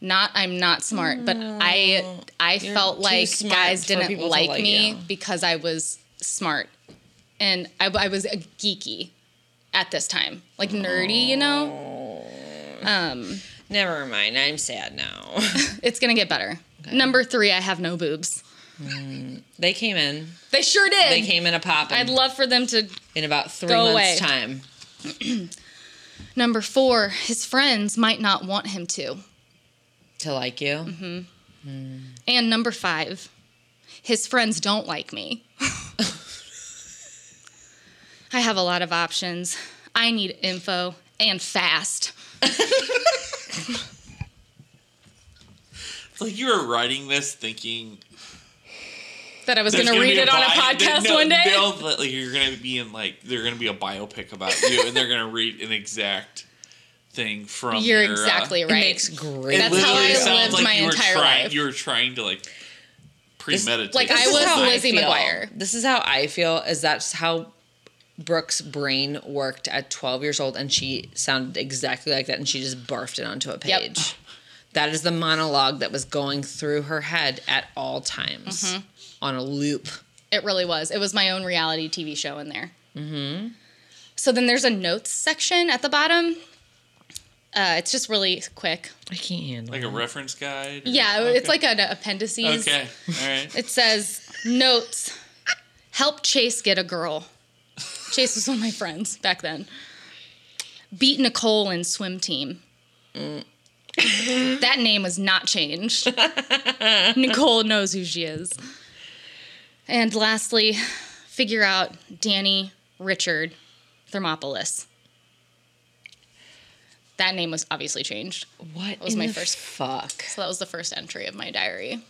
Not I'm not smart, but I I felt Mm. too like smart guys for didn't people to like like me you. because I was smart, and I, I was a geeky at this time, like nerdy. You know, Oh. um, Never mind. I'm sad now. it's gonna get better. Number three, I have no boobs. they came in. They sure did. They came in a pop I'd in, love for them to. in about three Go away. months' time. Number four, his friends might not want him to. To like you. Mm-hmm. And number five, his friends don't like me. I have a lot of options. I need info and fast. It's like you were writing this thinking That I was going There's to read be it on a bio- podcast no, one day. they'll- like, you're gonna be in like they're gonna be a biopic about you, and they're gonna read an exact thing from. You're your, uh, exactly It right. makes great. it That's how literally I sounds lived my you were entire trying, life. You were trying to like premeditate. like, I This is was how Lizzie feel. McGuire. This is how I feel. Is that's how Brooke's brain worked at 12 years old, and she sounded exactly like that, and she just barfed it onto a Yep. page. That is the monologue that was going through her head at all times Mm-hmm. on a loop. It really was. It was my own reality TV show in there. Mm-hmm. So then there's a notes section at the bottom. Uh, it's just really quick. I can't handle. like it. a reference guide. or- Yeah, it's okay. like an appendices. okay, all right. It says notes. Help Chase get a girl. Chase was one of my friends back then. Beat Nicole in swim team. that name was not changed. Nicole knows who she is. And lastly, figure out Danny Richard Thermopolis. That name was obviously changed. What was in my the first- fuck? So that was the first entry of my diary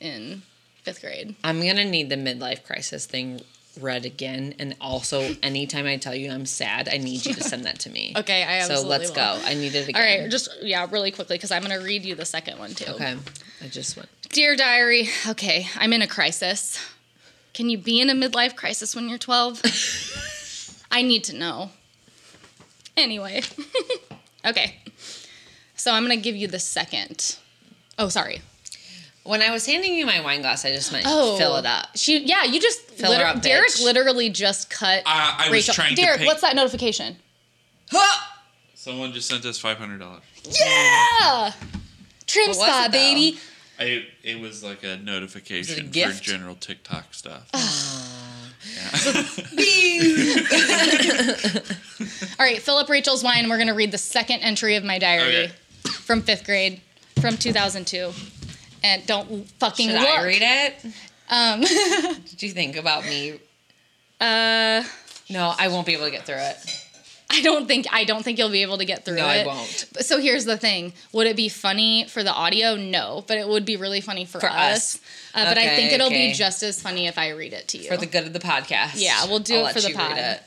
in fifth grade. I'm gonna need the midlife crisis thing read again, and also anytime I tell you I'm sad, I need you to send that to me. Okay, I so absolutely let's will. go. I need it All again. right, just yeah, really quickly because I'm gonna read you the second one too. Okay, I just went. Dear diary, okay, I'm in a crisis. Can you be in a midlife crisis when you're 12? I need to know. Anyway, okay. So I'm gonna give you the second. Oh, sorry. When I was handing you my wine glass, I just meant Oh, fill it up. She, yeah, you just Fill her liter- up, Derek bitch. literally just cut. I- I was Rachel. trying to Derek, pay- what's that notification? Someone just sent us five hundred dollars. Yeah, trim What was spa, it, though? baby. I it was like a notification for gift? general TikTok stuff. All right, Philip Rachel's wine. We're gonna read the second entry of my diary Okay. from fifth grade, from 2002, and don't fucking Should look. I read it? Um, Did you think about me? uh, No, I won't be able to get through it. I don't think I don't think you'll be able to get through No, I it. won't. But- So here's the thing: Would it be funny for the audio? No, but it would be really funny for, For us. Uh, But I Okay, think it'll okay. be just as funny if I read it to you. For the good of the podcast. Yeah, we'll do I'll it let for the you read pod. it.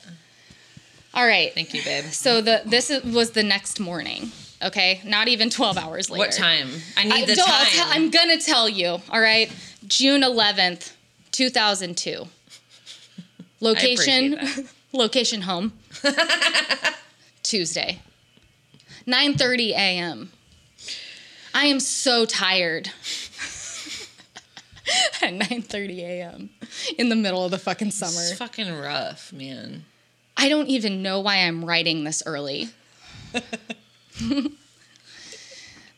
All right. Thank you, babe. So the this is, was the next morning. Okay, not even 12 hours later. What time? I need I, the no, time. I'll tell- I'm gonna tell you. All right, June 11th, 2002. Location, appreciate location home. Tuesday, 9:30 a.m. I am so tired. At 9:30 a.m. in the middle of the fucking it's summer. fucking rough, man. I don't even know why I'm writing this early.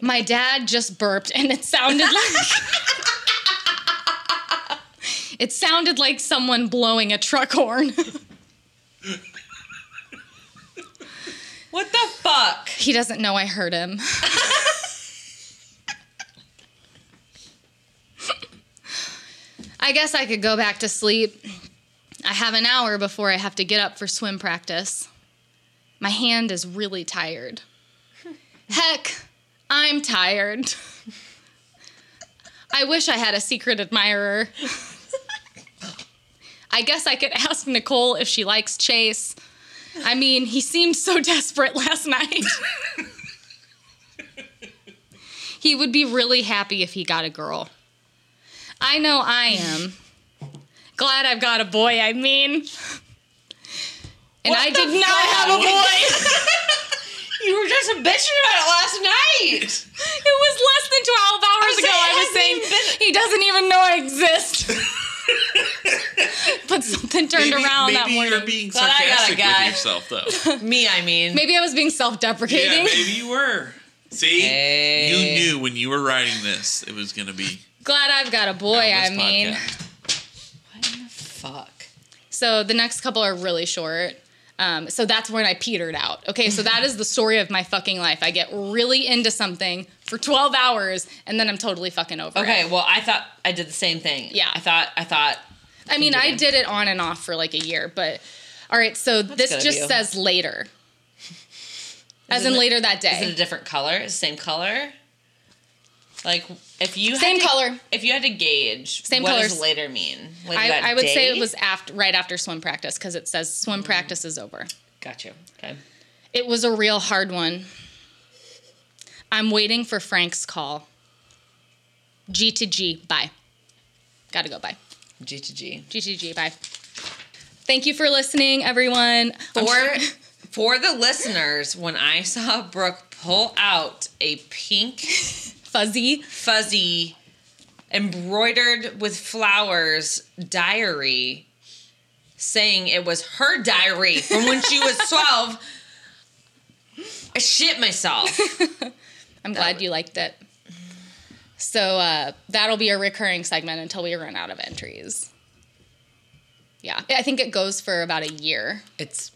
My dad just burped and it sounded like It sounded like someone blowing a truck horn. What the fuck? he doesn't know I heard him. I guess I could go back to sleep. I have an hour before I have to get up for swim practice. My hand is really tired. Heck, I'm tired. I wish I had a secret admirer. I guess I could ask Nicole if she likes Chase. I mean, he seemed so desperate last night. he would be really happy if he got a girl. I know I am. Glad I've got a boy, I mean. And I did not have a boy. You were just bitching about it last night. It was less than 12 hours I'm ago. I saying it was saying he hasn't even been- doesn't even know I exist. but something turned maybe around maybe that morning. you're being But I got a sarcastic guy. with yourself though. Me, I mean. maybe I was being self yeah, deprecating. maybe you were. See, Hey. you knew when you were writing this, it was gonna be. Glad I've got a boy, on I this mean. podcast. What the fuck? So the next couple are really short. Um, so that's when I petered out. Okay, so that is the story of my fucking life. I get really into something for 12 hours and then I'm totally fucking over it. Okay, well, I thought I did the same thing. Yeah. I thought, I thought, I mean, I Continue. did it on and off for like a year, but all right, so good this of just you. says later. As in it- later that is it a day. different color? Is it same color? Like, if you Same had to- color. If you had to gauge, Same what does colors. later mean? Like that I, I would say it day? Mm. was after right after swim practice because it says swim practice is over. Got you. Okay. It was a real hard one. I'm waiting for Frank's call. G to G, bye. Gotta go, bye. G to G. G to G, bye. Thank you for listening, everyone. I'm For sure- for the listeners, when I saw Brooke pull out a pink fuzzy. fuzzy embroidered with flowers diary saying it was her diary from when she was 12 I shit myself. I'm glad you liked it. So uh, that'll be a recurring segment until we run out of entries. Yeah, I think it goes for about a year. It's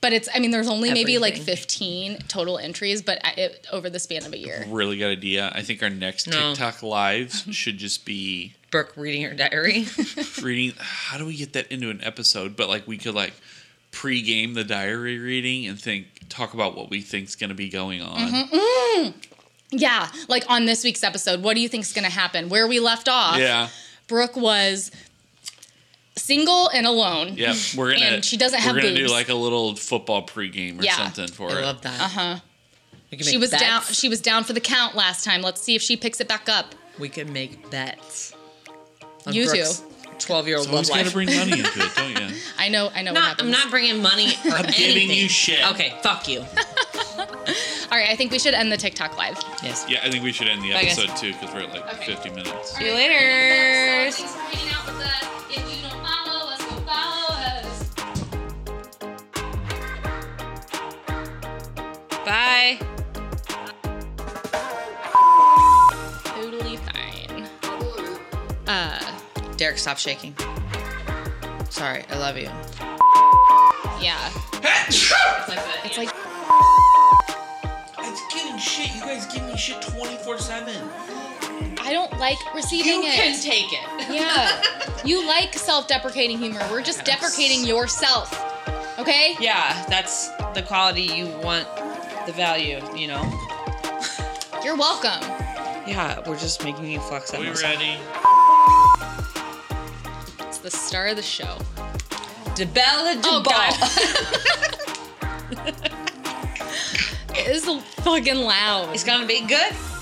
But it's, I mean, there's only maybe like Everything. 15 total entries, but I- it, over the span of a year. Really good idea. I think our next No. TikTok lives should just be Brooke reading her diary. reading. How do we get that into an episode? But like we could like pre-game the diary reading and think talk about what we think's gonna be going on. Mm-hmm. Mm! Yeah, like on this week's episode, what do you think's gonna happen? Where we left off, Yeah. Brooke was single and alone. Yeah, we're gonna. And she doesn't have We're gonna boobs. do like a little football pregame or Yeah. something for I it. love that. Uh huh. We can She make was bets. down. She was down for the count last time. Let's see if she picks it back up. we can make bets. On You Brooke's two. Twelve-year-old So love always gotta life. bring money into it, don't you? I know. I know. what not, happens. I'm not bringing money or I'm giving you shit. Okay, fuck you. All right. I think we should end the TikTok live. Yes. Yeah, I think we should end the Bye, guys. episode too because we're at like Okay. 50 minutes. See you later. Thanks for hanging out with us. If you don't follow us, go follow us. Bye. Totally fine. Uh, Derek, stop shaking. Sorry, I love you. yeah. It's like I was giving shit. You guys give me shit 24 7. I don't like receiving it. take it. Yeah. You like self-deprecating humor. We're just deprecating yourself. Okay? Yeah, that's the quality you want, the value, you know? You're welcome. Yeah, we're just making you flex that We muscle. ready? It's the star of the show. DeBella DeBall. Oh, It is fucking loud. it's gonna be good.